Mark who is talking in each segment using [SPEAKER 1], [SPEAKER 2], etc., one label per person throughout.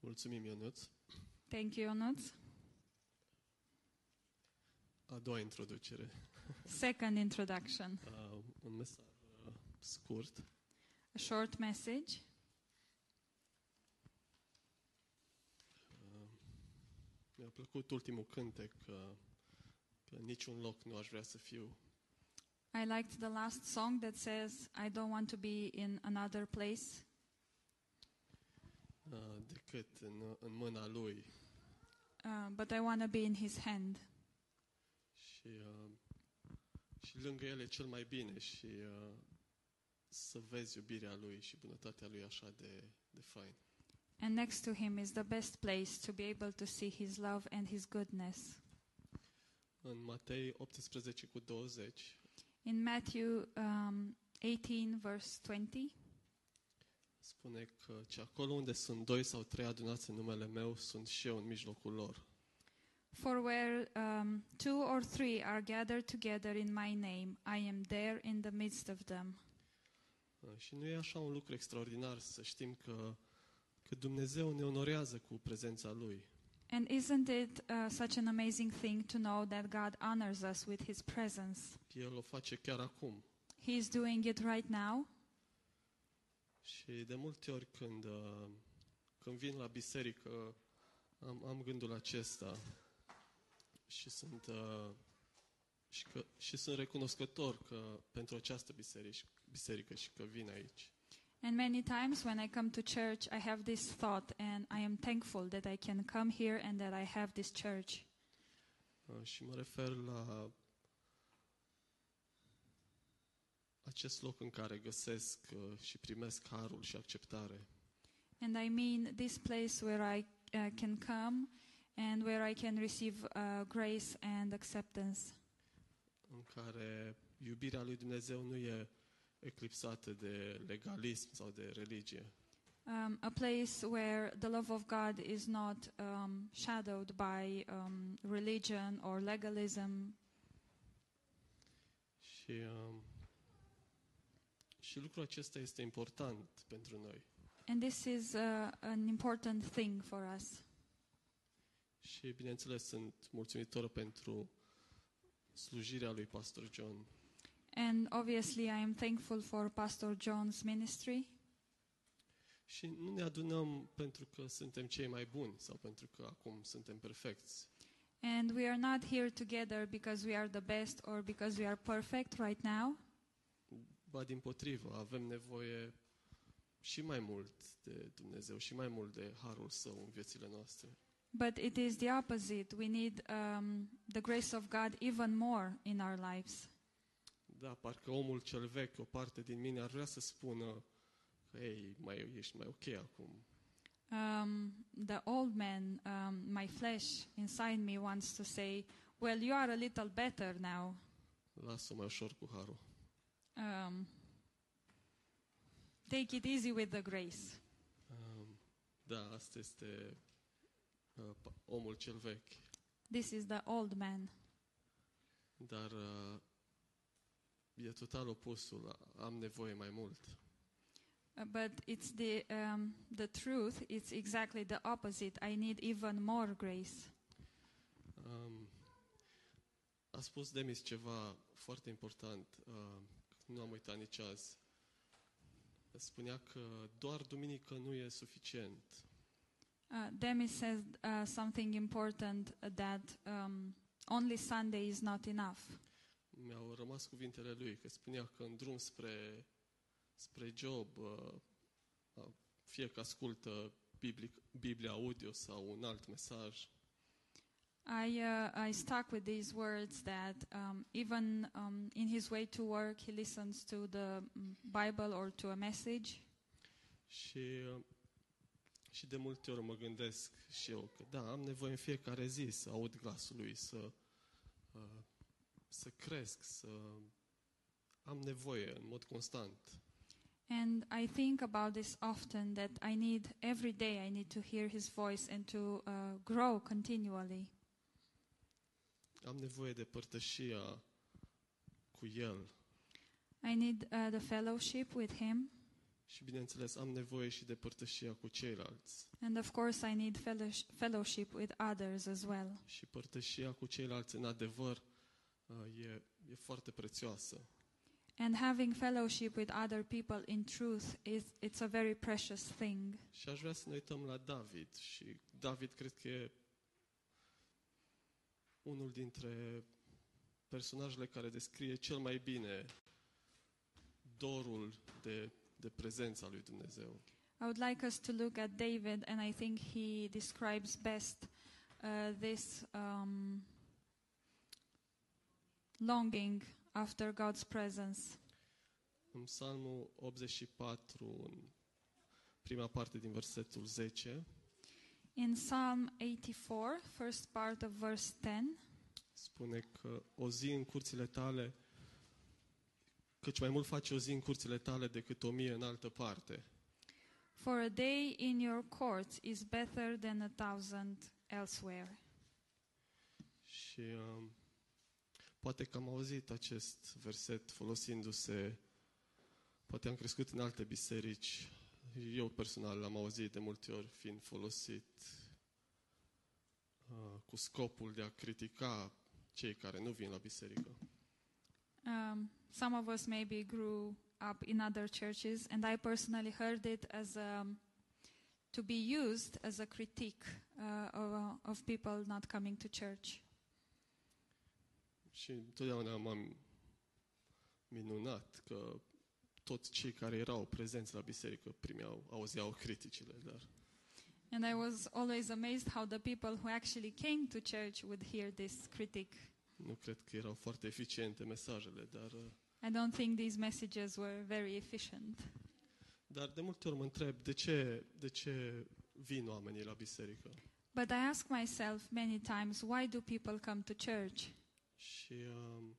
[SPEAKER 1] Mulțumim, Ionuț.
[SPEAKER 2] Thank you, Ionuț.
[SPEAKER 1] A doua introducere.
[SPEAKER 2] Second introduction.
[SPEAKER 1] Uh, un mesaj uh, scurt.
[SPEAKER 2] A short message.
[SPEAKER 1] Uh, Mi-a plăcut ultimul cântec, că, că în niciun loc nu aș vrea să fiu.
[SPEAKER 2] I liked the last song that says, I don't want to be in another place
[SPEAKER 1] uh, decât în, în mâna lui.
[SPEAKER 2] uh, but I want to be in his hand.
[SPEAKER 1] Și, uh, și lângă el e cel mai bine și uh, să vezi iubirea lui și bunătatea lui așa de, de fain.
[SPEAKER 2] And next to him is the best place to be able to see his love and his goodness.
[SPEAKER 1] În Matei 18 cu 20
[SPEAKER 2] In Matthew um, 18, verse 20,
[SPEAKER 1] spune că ce acolo unde sunt doi sau trei adunați în numele meu, sunt și eu în mijlocul lor.
[SPEAKER 2] For where um, two or three are gathered together in my name, I am there in the midst of them.
[SPEAKER 1] Uh, Și nu e așa un lucru extraordinar să știm că, că Dumnezeu ne onorează cu prezența Lui.
[SPEAKER 2] And isn't it uh, such an amazing thing to know that God honors us with his presence?
[SPEAKER 1] El o face chiar acum.
[SPEAKER 2] He is doing it right now.
[SPEAKER 1] Și de multe ori când, uh, când vin la biserică, am, am gândul acesta și sunt, uh, și, că, și sunt recunoscător că, pentru această biserică, biserică și că vin aici.
[SPEAKER 2] And many times when I come to church, I have this thought, and I am thankful that I can come here and that I have this church.
[SPEAKER 1] Uh, Și mă refer la acest loc în care găsesc uh, și primesc harul și acceptare.
[SPEAKER 2] And I mean this place where I uh, can come and where I can receive uh, grace and acceptance.
[SPEAKER 1] în care iubirea lui Dumnezeu nu e eclipsată de legalism sau de religie,
[SPEAKER 2] um, a place where the love of God is not um, shadowed by um, religion or legalism.
[SPEAKER 1] Și, um, și lucrul acesta este important pentru noi.
[SPEAKER 2] And this is uh, an important thing for us.
[SPEAKER 1] Și, bineînțeles, sunt mulțumitor pentru slujirea lui Pastor John,
[SPEAKER 2] And obviously, I am thankful for Pastor John's ministry.
[SPEAKER 1] Și nu ne adunăm pentru că suntem cei mai buni sau pentru că acum suntem perfecți,
[SPEAKER 2] And we are not here together because we are the best or because we are perfect right now.
[SPEAKER 1] ba din potrivă, avem nevoie și mai mult de Dumnezeu și mai mult de harul său în viețile noastre.
[SPEAKER 2] But it is the opposite. We need um, the grace of God even more in our lives.
[SPEAKER 1] Da, parcă omul cel vechi, o parte din mine ar vrea să spună că ei, mai, ești mai ok acum.
[SPEAKER 2] um, the old man, um, my flesh inside me wants to say, Well, you are a little better now.
[SPEAKER 1] Lasă-o mai ușor cu harul.
[SPEAKER 2] Um, take it easy with the grace.
[SPEAKER 1] Um, Da, asta este uh, pa- omul cel vechi.
[SPEAKER 2] This is the old man.
[SPEAKER 1] Dar uh, e total opusul. Am nevoie mai mult.
[SPEAKER 2] Uh, but it's the, um, the truth, it's exactly the opposite. I need even more grace.
[SPEAKER 1] Um, A spus Demis ceva foarte important. uh, Nu am uitat nici azi. Spunea că doar duminică nu e suficient.
[SPEAKER 2] Uh, Demis said uh, something important uh, that um, only Sunday is not enough.
[SPEAKER 1] mi-au rămas cuvintele lui, că spunea că în drum spre, spre job, uh, uh, fie că ascultă biblic, Biblia audio sau un alt mesaj,
[SPEAKER 2] I uh, I stuck with these words that um, even um, in his way to work he listens to the mm, Bible or to a message,
[SPEAKER 1] și, uh, și de multe ori mă gândesc și eu că da, am nevoie în fiecare zi să aud glasul lui, să, uh, să cresc, să am nevoie în mod constant.
[SPEAKER 2] and I think about this often that I need every day I need to hear his voice and to uh, grow continually.
[SPEAKER 1] Am nevoie de părtășia cu el
[SPEAKER 2] I need uh, the fellowship with him,
[SPEAKER 1] Și bineînțeles, am nevoie și de părtășia cu ceilalți.
[SPEAKER 2] And of course, I need fellowsh- fellowship with others as well.
[SPEAKER 1] Și părtășia cu ceilalți, în adevăr, uh, e, e foarte prețioasă.
[SPEAKER 2] And having fellowship with other people in truth is it's a very precious thing.
[SPEAKER 1] Și aș vrea să ne uităm la David. Și David cred că e unul dintre personajele care descrie cel mai bine dorul de, de prezența lui Dumnezeu.
[SPEAKER 2] I would like us to look at David, and I think he describes best uh, this um, longing after God's presence.
[SPEAKER 1] În Psalmul 84, în prima parte din versetul 10,
[SPEAKER 2] In Psalm 84, first part of verse 10,
[SPEAKER 1] spune că o zi în curțile tale, căci mai mult face o zi în curțile tale decât o mie în altă parte.
[SPEAKER 2] For a day in your courts is better than a thousand elsewhere.
[SPEAKER 1] Și um, poate că am auzit acest verset folosindu-se, poate am crescut în alte biserici, eu personal l-am auzit de multe ori fiind folosit uh, cu scopul de a critica cei care nu vin la biserică.
[SPEAKER 2] Um, some of us maybe grew up in other churches, and I personally heard it as a, to be used as a critique uh, of, uh, of people not coming to church.
[SPEAKER 1] Și întotdeauna m-am minunat că toți cei care erau prezenți la biserică primeau, auzeau criticile, dar
[SPEAKER 2] And I was always amazed how the people who actually came to church would hear this critique.
[SPEAKER 1] nu cred că erau foarte eficiente mesajele, dar, uh,
[SPEAKER 2] I don't think these messages were very efficient.
[SPEAKER 1] dar de multe ori mă întreb de ce, de ce vin oamenii la biserică.
[SPEAKER 2] But I ask myself many times, why do people come to church?
[SPEAKER 1] Și, um,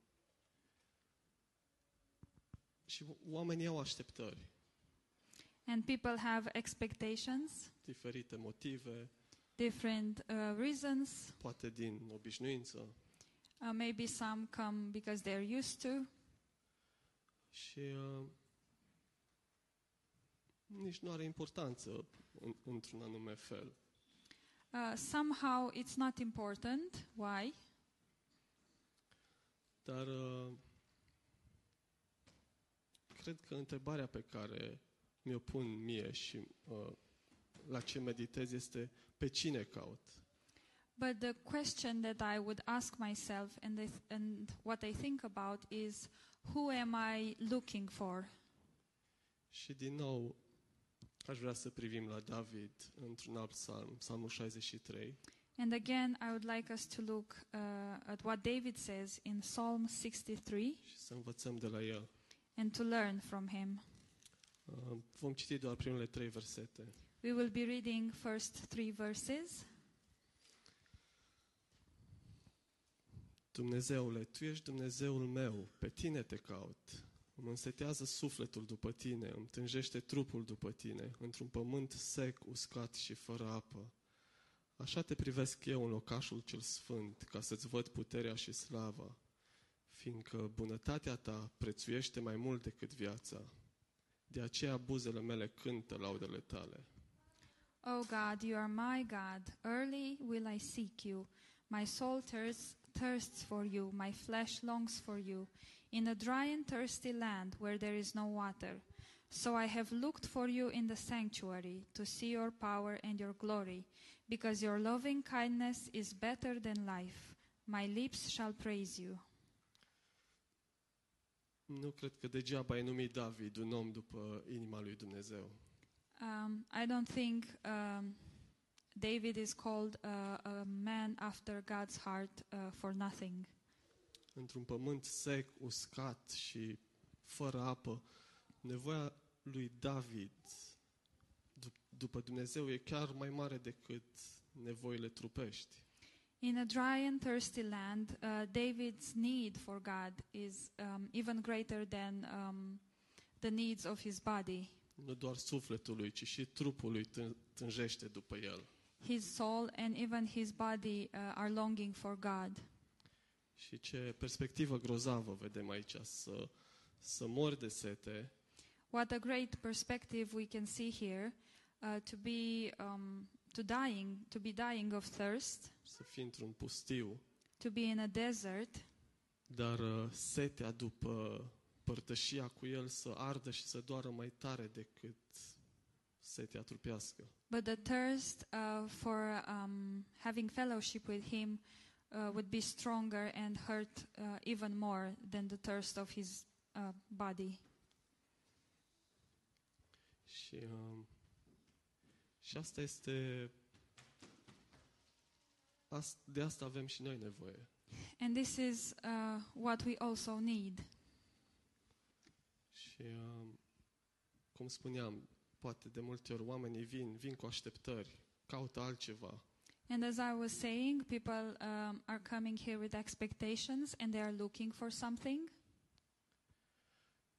[SPEAKER 1] și oamenii au așteptări,
[SPEAKER 2] And people have expectations,
[SPEAKER 1] diferite motive,
[SPEAKER 2] different uh, reasons.
[SPEAKER 1] poate din obișnuință.
[SPEAKER 2] Uh, maybe some come because they're used to.
[SPEAKER 1] Și uh, nici nu are importanță în, într-un anume fel.
[SPEAKER 2] Uh, somehow it's not important. Why?
[SPEAKER 1] Dar uh, cred că întrebarea pe care mi-o pun mie și uh, la ce meditez este pe cine caut?
[SPEAKER 2] But the question that I would ask myself and, I th- and what I think about is who am I looking for?
[SPEAKER 1] Și din nou aș vrea să privim la David într-un alt psalm, psalmul 63,
[SPEAKER 2] And again, I would like us to look uh, at what David says in Psalm 63
[SPEAKER 1] și să învățăm de la el.
[SPEAKER 2] and to learn from him.
[SPEAKER 1] Uh, vom citi doar primele trei versete.
[SPEAKER 2] We will be reading first three verses.
[SPEAKER 1] Dumnezeule, Tu ești Dumnezeul meu, pe Tine te caut. Îmi însetează sufletul după Tine, îmi tânjește trupul după Tine, într-un pământ sec, uscat și fără apă. Așa te privesc eu în locașul cel sfânt, ca să-ți văd puterea și slava, fiindcă bunătatea Ta prețuiește mai mult decât viața. De aceea buzele mele cântă laudele Tale.
[SPEAKER 2] O God, you are my God. Early will I seek you. My soul thirsts, thirsts for you. My flesh longs for you. In a dry and thirsty land where there is no water. So I have looked for you in the sanctuary to see your power and your glory, because your loving kindness is better than life. My lips shall praise you.
[SPEAKER 1] Nu cred că degeaba ai numit David un om după inima lui Dumnezeu.
[SPEAKER 2] Um, I don't think um, David is called uh, a man after God's heart uh, for nothing.
[SPEAKER 1] într-un pământ sec, uscat și fără apă. Nevoia lui David dup- după Dumnezeu e chiar mai mare decât nevoile trupești.
[SPEAKER 2] In a dry and thirsty land, uh, David's need for God is um, even greater than um, the needs of his body.
[SPEAKER 1] Nu doar sufletului, ci și trupului tân- tânjește după el.
[SPEAKER 2] His soul and even his body uh, are longing for God.
[SPEAKER 1] Și ce perspectivă grozavă vedem aici, să, să mor de sete
[SPEAKER 2] What a great perspective we can see here uh, to be um, to dying, to be dying of thirst,
[SPEAKER 1] să fii într-un pustiu,
[SPEAKER 2] to be in a desert,
[SPEAKER 1] dar uh, setea după părtășia cu el să ardă și să doară mai tare decât setea trupească.
[SPEAKER 2] but the thirst uh, for um, having fellowship with Him uh, would be stronger and hurt uh, even more than the thirst of His uh, body.
[SPEAKER 1] Și, um, și asta este... As, de asta avem și noi nevoie.
[SPEAKER 2] And this is uh, what we also need.
[SPEAKER 1] Și, um, cum spuneam, poate de multe ori oamenii vin, vin cu așteptări, caută altceva.
[SPEAKER 2] And as I was saying, people um, are coming here with expectations and they are looking for something.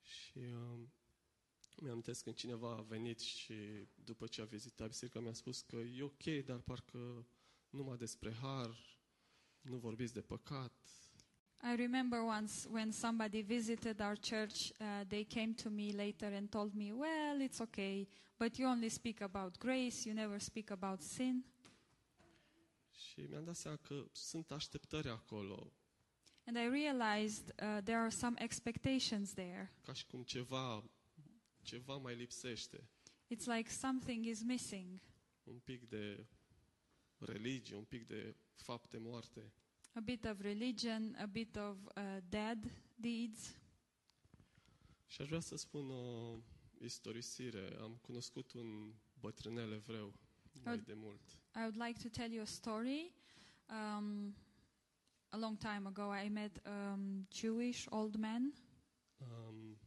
[SPEAKER 1] Și um, mi-am amintesc când cineva a venit și după ce a vizitat biserica mi-a spus că e ok, dar parcă numai despre har, nu vorbiți de păcat.
[SPEAKER 2] I remember once when somebody visited our church, uh, they came to me later and told me, Well, it's okay, but you only speak about grace, you never speak about sin.
[SPEAKER 1] Și mi-am dat seama că sunt așteptări acolo,
[SPEAKER 2] And I realized uh, there are some expectations there.
[SPEAKER 1] ca și cum ceva, ceva mai lipsește.
[SPEAKER 2] It's like something is missing
[SPEAKER 1] Un pic de religie, un pic de fapte moarte.
[SPEAKER 2] a bit of religion, a bit of uh, dead deeds.
[SPEAKER 1] Și aș vrea să spun o istorisire. Am cunoscut un bătrânel evreu mai
[SPEAKER 2] Ad-
[SPEAKER 1] de mult.
[SPEAKER 2] I would like to tell you a story. Um, a long time ago, I met a um, Jewish old man.
[SPEAKER 1] Um,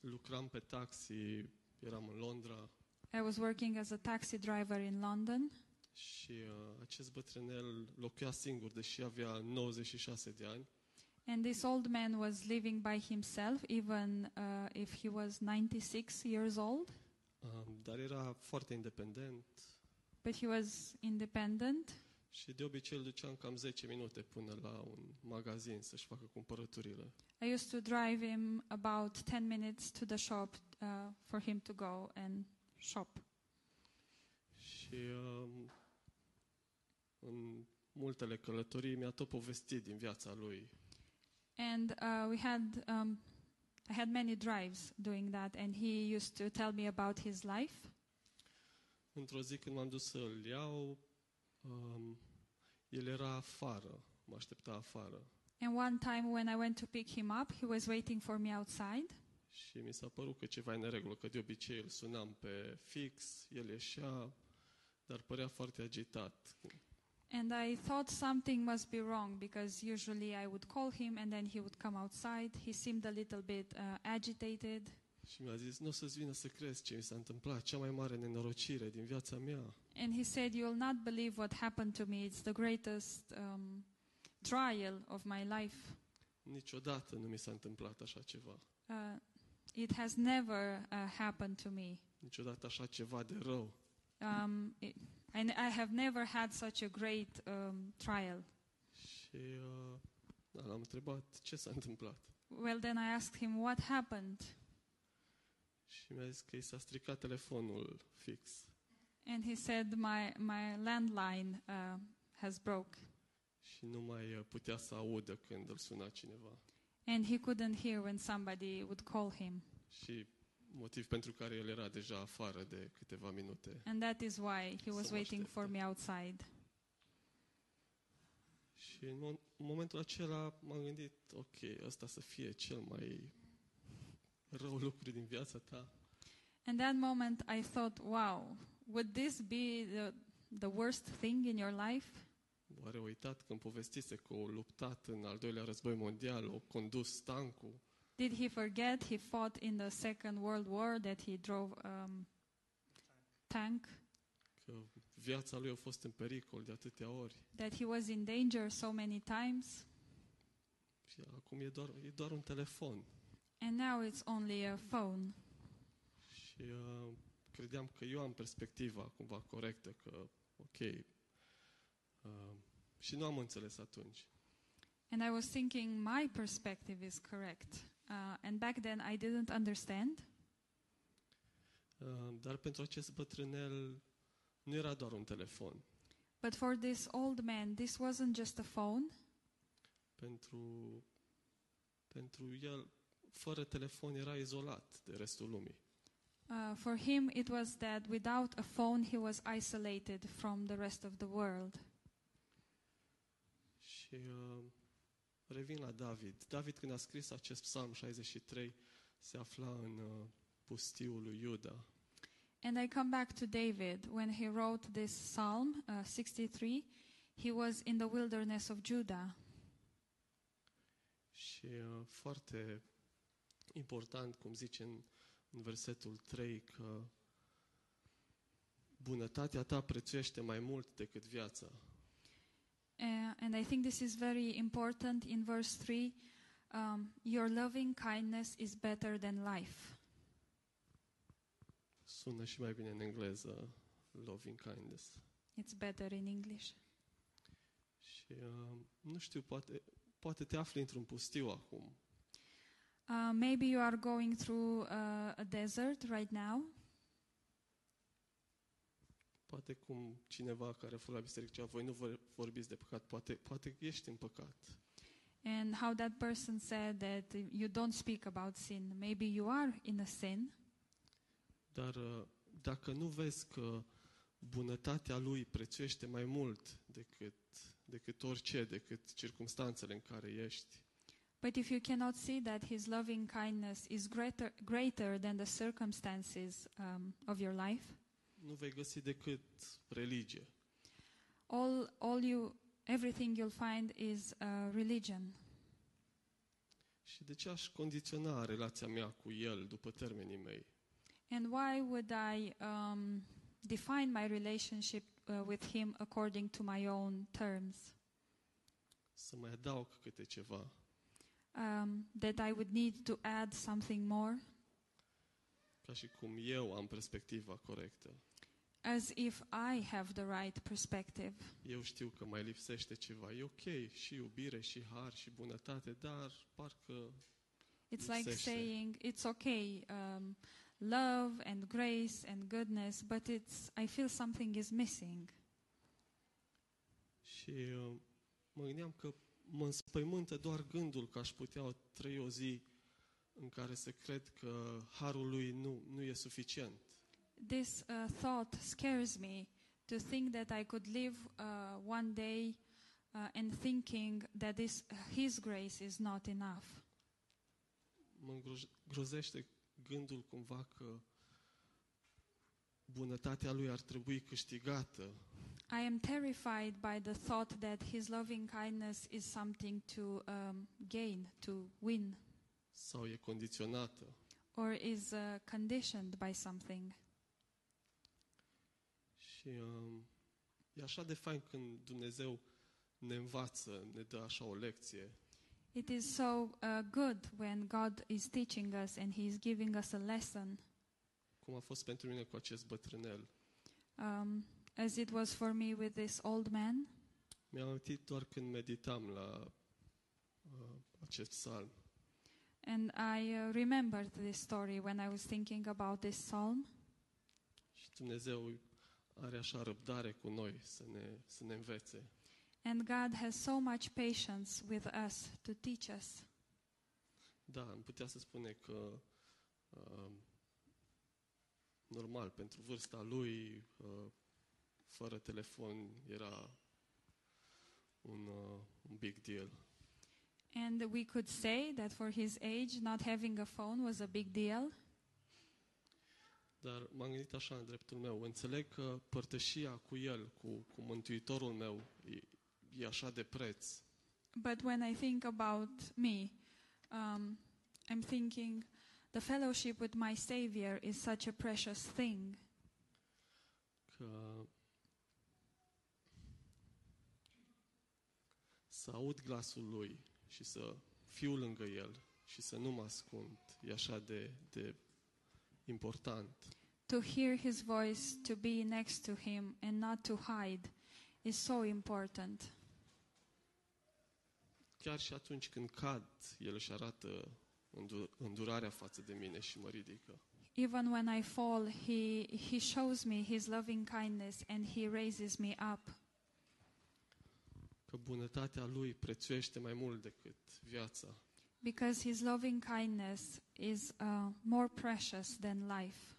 [SPEAKER 1] lucram pe taxi, eram în Londra
[SPEAKER 2] I was working as a taxi driver in London,
[SPEAKER 1] și uh, acest bătrânel locuia singur, deși avea 96 de ani.
[SPEAKER 2] and this old man was living by himself, even uh, if he was 96 years old.
[SPEAKER 1] Um, dar era foarte independent
[SPEAKER 2] But he was independent,
[SPEAKER 1] și de obicei îl duceam cam 10 minute până la un magazin să-și facă cumpărăturile.
[SPEAKER 2] I used to drive him about 10 minutes to the shop uh, for him to go and shop.
[SPEAKER 1] Și um, în multele călătorii mi-a tot povestit din viața lui.
[SPEAKER 2] And uh, we had, um, I had many drives doing that, and he used to tell me about his life.
[SPEAKER 1] Într-o zi când m-am dus să-l iau, um, el era afară, mă aștepta afară.
[SPEAKER 2] And one time when I went to pick him up, he was waiting for me outside.
[SPEAKER 1] Și mi s-a părut că ceva e în regulă, că de obicei îl sunam pe fix, el ieșea, dar părea foarte agitat.
[SPEAKER 2] And I thought something must be wrong because usually I would call him and then he would come outside. He seemed a little bit uh, agitated.
[SPEAKER 1] Și mi-a zis, nu o să-ți vină să crezi ce mi s-a întâmplat, cea mai mare nenorocire din viața mea.
[SPEAKER 2] And he said, You'll not believe what happened to me. It's the greatest um, trial of my life.
[SPEAKER 1] Niciodată nu mi s-a întâmplat așa ceva.
[SPEAKER 2] Uh, it has never uh, happened to me.
[SPEAKER 1] Niciodată așa ceva de rău.
[SPEAKER 2] Um, it, and I have never had such a great um, trial.
[SPEAKER 1] Și uh, da, l-am întrebat ce s-a întâmplat.
[SPEAKER 2] Well, then I asked him, What happened?
[SPEAKER 1] Și mi-a zis că i s-a stricat telefonul fix.
[SPEAKER 2] And he said, My, my landline uh, has broke.
[SPEAKER 1] Și nu mai uh, putea să audă când îl suna cineva.
[SPEAKER 2] And he couldn't hear when somebody would call him.
[SPEAKER 1] Și motiv pentru care el era deja afară de câteva minute.
[SPEAKER 2] And that is why he was
[SPEAKER 1] So much
[SPEAKER 2] waiting for
[SPEAKER 1] different.
[SPEAKER 2] me outside.
[SPEAKER 1] Și în, mo- în momentul acela m-am gândit, ok, ăsta să fie cel mai rău lucru din viața ta.
[SPEAKER 2] And that moment I thought, wow, would this be the, the worst thing in your life?
[SPEAKER 1] Oare uitat când povestise că o luptat în al doilea război mondial, o condus tancul
[SPEAKER 2] Did he forget he fought in the Second World War, that he drove um, tank,
[SPEAKER 1] că viața lui a fost în pericol de atâtea ori.
[SPEAKER 2] that he was in danger so many times?
[SPEAKER 1] Și acum e doar, e doar un telefon.
[SPEAKER 2] And now it's only a phone.
[SPEAKER 1] Și uh, credeam că eu am perspectiva cumva corectă, că ok. Uh, și nu am înțeles atunci.
[SPEAKER 2] And I was thinking my perspective is correct. Uh, and back then I didn't understand.
[SPEAKER 1] Uh, Dar pentru acest bătrânel nu era doar un telefon.
[SPEAKER 2] But for this old man, this wasn't just a phone.
[SPEAKER 1] Pentru, pentru el, fără telefon, era izolat de restul lumii.
[SPEAKER 2] Uh, for him, it was that without a phone, he was isolated from the rest of the world.
[SPEAKER 1] Și uh, revin la David. David, când a scris acest psalm 63, se afla în uh, pustiul lui Iuda.
[SPEAKER 2] And I come back to David. When he wrote this psalm uh, 63, he was in the wilderness of Judah.
[SPEAKER 1] Și uh, foarte important, cum zice în, în versetul 3, că bunătatea ta prețuiește mai mult decât viața.
[SPEAKER 2] Uh, and I think this is very important in verse 3 um, Your loving kindness is better than life.
[SPEAKER 1] Sună și mai bine în engleză, loving kindness.
[SPEAKER 2] It's better in English.
[SPEAKER 1] Și uh, nu știu, poate, poate te afli într-un pustiu acum.
[SPEAKER 2] Uh, maybe you are going through uh, a desert right now.
[SPEAKER 1] Poate cum cineva care a fost la biserică cea, voi nu vă vorbiți de păcat, poate, poate ești în păcat.
[SPEAKER 2] And how that person said that you don't speak about sin. Maybe you are in a sin,
[SPEAKER 1] Dar uh, dacă nu vezi că bunătatea lui prețuiește mai mult decât, decât orice, decât circumstanțele în care ești,
[SPEAKER 2] but if you cannot see that his loving kindness is greater, greater than the circumstances um, of your life,
[SPEAKER 1] nu vei găsi decât religie.
[SPEAKER 2] all, all you, everything you'll find is uh, religion.
[SPEAKER 1] Și de ce aș condiționa relația mea cu el după termenii mei?
[SPEAKER 2] And why would I um, define my relationship uh, with him according to my own terms?
[SPEAKER 1] Să mai adaug câte ceva.
[SPEAKER 2] Um, that I would need to add something more?
[SPEAKER 1] ca și cum eu am perspectiva corectă.
[SPEAKER 2] As if I have the right perspective.
[SPEAKER 1] Eu știu că mai lipsește ceva. E ok, și iubire, și har, și bunătate, dar parcă
[SPEAKER 2] It's like
[SPEAKER 1] Lipsește.
[SPEAKER 2] saying it's okay, um, love and grace and goodness, but it's I feel something is missing.
[SPEAKER 1] și uh, mă gândeam că mă înspăimântă doar gândul că aș putea trăi o zi în care să cred că harul lui nu, nu e suficient.
[SPEAKER 2] This uh, thought scares me to think that I could live uh, one day uh, and thinking that this His grace is not enough.
[SPEAKER 1] Mă îngroj- grozește gândul cumva că bunătatea lui ar trebui câștigată
[SPEAKER 2] I am terrified by the thought that His loving kindness is something to um, gain, to win,
[SPEAKER 1] sau e condiționată.
[SPEAKER 2] or is uh, conditioned by something.
[SPEAKER 1] Și um, e așa de fain când Dumnezeu ne învață, ne dă așa o lecție.
[SPEAKER 2] It is so uh, good when God is teaching us and He is giving us a lesson,
[SPEAKER 1] Cum a fost pentru mine cu acest bătrânel.
[SPEAKER 2] um, as it was for me with this old man.
[SPEAKER 1] Mi-am amintit doar când meditam la uh, acest psalm.
[SPEAKER 2] And I uh, remembered this story when I was thinking about this psalm.
[SPEAKER 1] Și Dumnezeu are așa răbdare cu noi să ne, să ne învețe.
[SPEAKER 2] And God has so much patience with us to teach us.
[SPEAKER 1] Da, am putea să spune că uh, normal, pentru vârsta lui, uh, fără telefon, era un, uh, un big deal.
[SPEAKER 2] And we could say that for his age, not having a phone was a big deal.
[SPEAKER 1] Dar m-am gândit așa în dreptul meu. Înțeleg că părtășia cu El, cu, cu Mântuitorul meu, e, e așa de preț.
[SPEAKER 2] But when I think about me, um, I'm thinking the fellowship with my Savior is such a precious thing.
[SPEAKER 1] Că să aud glasul Lui și să fiu lângă El și să nu mă ascund. E așa de, de important.
[SPEAKER 2] To hear his voice, to be next to him, and not to hide is so important.
[SPEAKER 1] Chiar și atunci când cad, El își arată îndu- îndurarea față de mine și mă ridică.
[SPEAKER 2] Even when I fall, he, he shows me his loving kindness and he raises me up.
[SPEAKER 1] că bunătatea lui prețuiește mai mult decât viața.
[SPEAKER 2] Because his loving kindness is uh, more precious than life.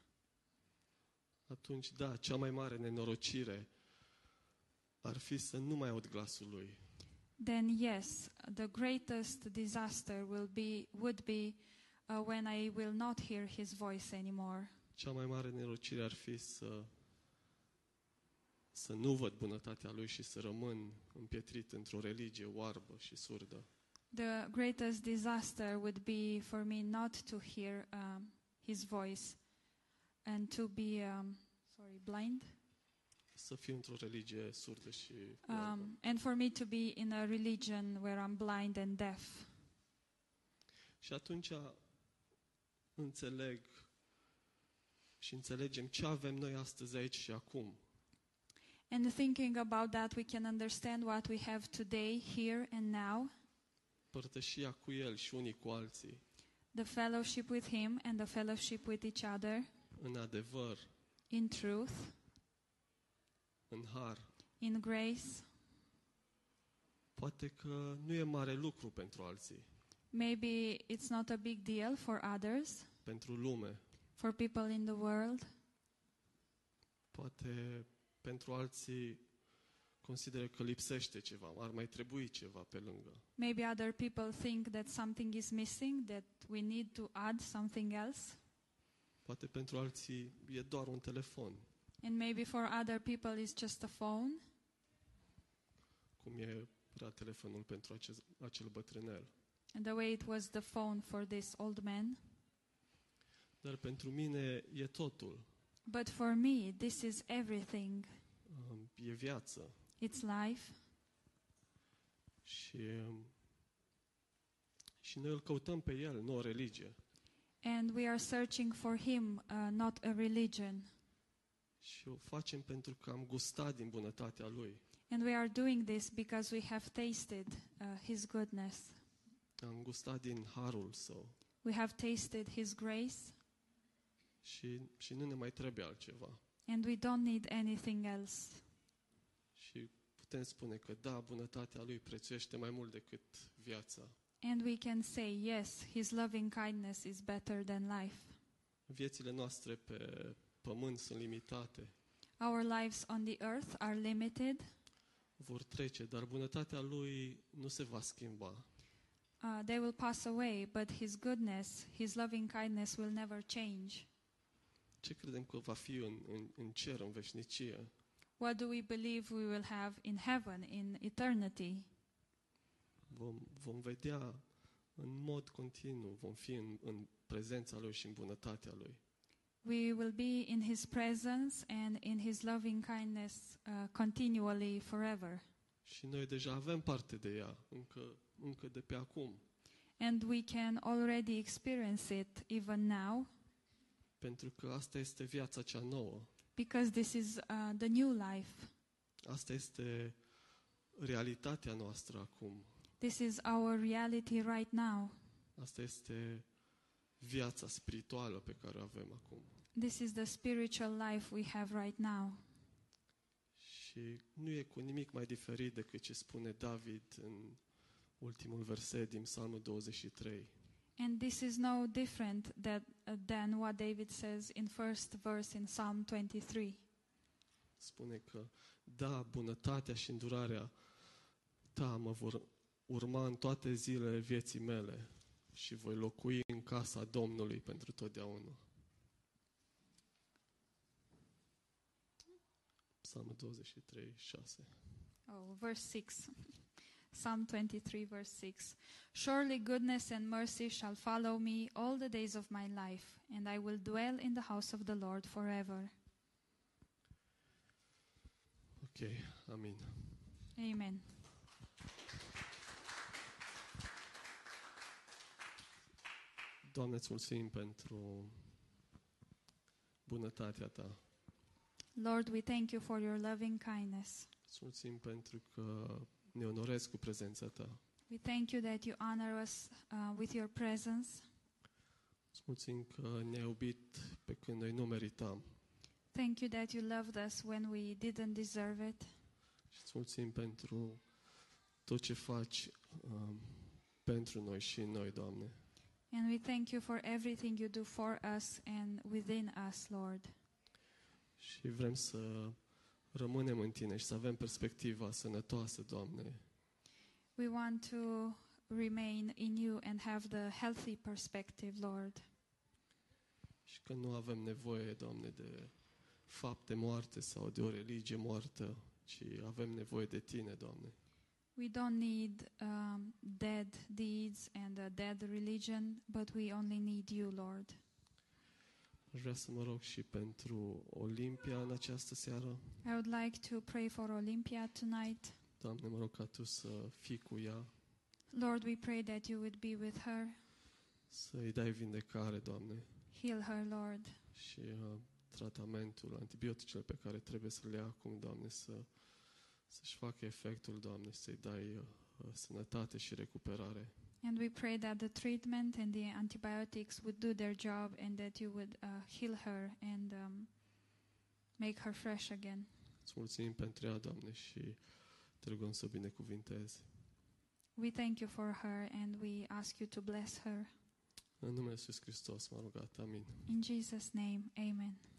[SPEAKER 1] Atunci, da, cea mai mare nenorocire ar fi să nu mai aud glasul lui,
[SPEAKER 2] Then, yes, the greatest disaster will be, would be uh, when I will not hear his voice anymore.
[SPEAKER 1] cea mai mare nenorocire ar fi să, să nu văd bunătatea lui și să rămân împietrit într-o religie oarbă și surdă.
[SPEAKER 2] The greatest disaster would be for me not to hear um, his voice and to be, um, sorry, blind.
[SPEAKER 1] Să fiu într-o religie surdă și oarbă.
[SPEAKER 2] Um, and for me to be in a religion where I'm blind and deaf.
[SPEAKER 1] Și atunci înțeleg și înțelegem ce avem noi astăzi aici și acum.
[SPEAKER 2] And thinking about that, we can understand what we have today, here and now
[SPEAKER 1] Părtășia cu el și unii cu alții.
[SPEAKER 2] the fellowship with him and the fellowship with each other
[SPEAKER 1] în adevăr,
[SPEAKER 2] in truth,
[SPEAKER 1] în har.
[SPEAKER 2] in grace.
[SPEAKER 1] Poate că nu e mare lucru pentru alții,
[SPEAKER 2] Maybe it's not a big deal for others,
[SPEAKER 1] pentru lume.
[SPEAKER 2] for people in the world.
[SPEAKER 1] Poate pentru alții consideră că lipsește ceva, ar mai trebui ceva pe lângă.
[SPEAKER 2] Maybe other people think that something is missing, that we need to add something else.
[SPEAKER 1] Poate pentru alții e doar un telefon,
[SPEAKER 2] And maybe for other people, it's just a phone,
[SPEAKER 1] cum e era telefonul pentru acest, acel bătrânel.
[SPEAKER 2] the way it was the phone for this old man.
[SPEAKER 1] Dar pentru mine e totul.
[SPEAKER 2] But for me, this is everything.
[SPEAKER 1] Um, E viață
[SPEAKER 2] It's life.
[SPEAKER 1] și, um, și noi îl căutăm pe el, nu o religie.
[SPEAKER 2] And we are searching for Him, uh, not a religion.
[SPEAKER 1] Și o facem pentru că am gustat din bunătatea lui.
[SPEAKER 2] And we are doing this because we have tasted uh, His goodness.
[SPEAKER 1] Am gustat din harul său
[SPEAKER 2] We have tasted His grace,
[SPEAKER 1] și, și nu ne mai trebuie altceva.
[SPEAKER 2] and we don't need anything else.
[SPEAKER 1] Și putem spune că da, bunătatea lui prețuiește mai mult decât viața.
[SPEAKER 2] And we can say, yes, His loving kindness is better than life.
[SPEAKER 1] Viețile noastre pe pământ sunt limitate,
[SPEAKER 2] Our lives on the earth are limited.
[SPEAKER 1] vor trece, dar bunătatea lui nu se va schimba.
[SPEAKER 2] Uh, they will pass away, but His goodness, His loving kindness will never change.
[SPEAKER 1] Ce credem că va fi în, în, în cer, în veșnicie?
[SPEAKER 2] What do we believe we will have in heaven, in eternity?
[SPEAKER 1] Vom, vom vedea în mod continuu, vom fi în, în prezența lui și în bunătatea lui.
[SPEAKER 2] We will be in His presence and in His loving kindness uh, continually forever.
[SPEAKER 1] Și noi deja avem parte de ea, încă, încă de pe acum.
[SPEAKER 2] And we can already experience it even now
[SPEAKER 1] Pentru că asta este viața cea nouă.
[SPEAKER 2] because this is uh, the new life.
[SPEAKER 1] Asta este realitatea noastră acum.
[SPEAKER 2] This is our reality right now.
[SPEAKER 1] Asta este viața spirituală pe care o avem acum.
[SPEAKER 2] This is the spiritual life we have right now.
[SPEAKER 1] Și nu e cu nimic mai diferit decât ce spune David în ultimul verset din Psalmul 23.
[SPEAKER 2] And this is no different that, uh, than what David says in first verse in Psalm 23.
[SPEAKER 1] Spune că, da, bunătatea și îndurarea ta mă vor urma în toate zilele vieții mele și voi locui în casa Domnului pentru totdeauna. Psalmul 23, 6.
[SPEAKER 2] Oh, verse 6. Psalm 23, verse 6. Surely goodness and mercy shall follow me all the days of my life, and I will dwell in the house of the Lord forever.
[SPEAKER 1] Ok, amin.
[SPEAKER 2] Amen.
[SPEAKER 1] Doamne, îți mulțumim pentru bunătatea ta.
[SPEAKER 2] Lord, we thank you for your loving kindness.
[SPEAKER 1] Îți mulțumim pentru că ne onorezi cu prezența ta.
[SPEAKER 2] We thank you that you honor us uh, with your presence.
[SPEAKER 1] Îți mulțumim că ne-ai iubit pe când noi nu meritam.
[SPEAKER 2] Thank you that you loved us when we didn't deserve it.
[SPEAKER 1] Și îți mulțumim pentru tot ce faci um, pentru noi și în noi, Doamne.
[SPEAKER 2] And we thank you for everything you do for us and within us, Lord.
[SPEAKER 1] Și vrem să rămânem în Tine și să avem perspectiva sănătoasă, Doamne,
[SPEAKER 2] We want to remain in you and have the healthy perspective, Lord.
[SPEAKER 1] și că nu avem nevoie, Doamne, de fapte moarte sau de o religie moartă, ci avem nevoie de Tine, Doamne.
[SPEAKER 2] We don't need um, dead deeds and a dead religion, but we only need you, Lord.
[SPEAKER 1] Aș vrea să mă rog și pentru Olimpia în această seară.
[SPEAKER 2] I would like to pray for Olympia tonight.
[SPEAKER 1] Doamne, mă rog ca Tu să fii cu ea,
[SPEAKER 2] Lord, we pray that you would be with her.
[SPEAKER 1] să-i dai vindecare, Doamne,
[SPEAKER 2] Heal her, Lord.
[SPEAKER 1] și uh, tratamentul, antibioticele pe care trebuie să le ia acum, Doamne, să, să-și facă efectul, Doamne, să-i dai uh, sănătate și recuperare.
[SPEAKER 2] And we pray that the treatment and the antibiotics would do their job and that you would uh, heal her and um, make her fresh again.
[SPEAKER 1] Îți mulțumim pentru ea, Doamne, și te rugăm să o binecuvintezi.
[SPEAKER 2] We thank you for her and we ask you to bless her.
[SPEAKER 1] În numele Iisus Hristos m-a rugat, amin.
[SPEAKER 2] In Jesus' name, amen.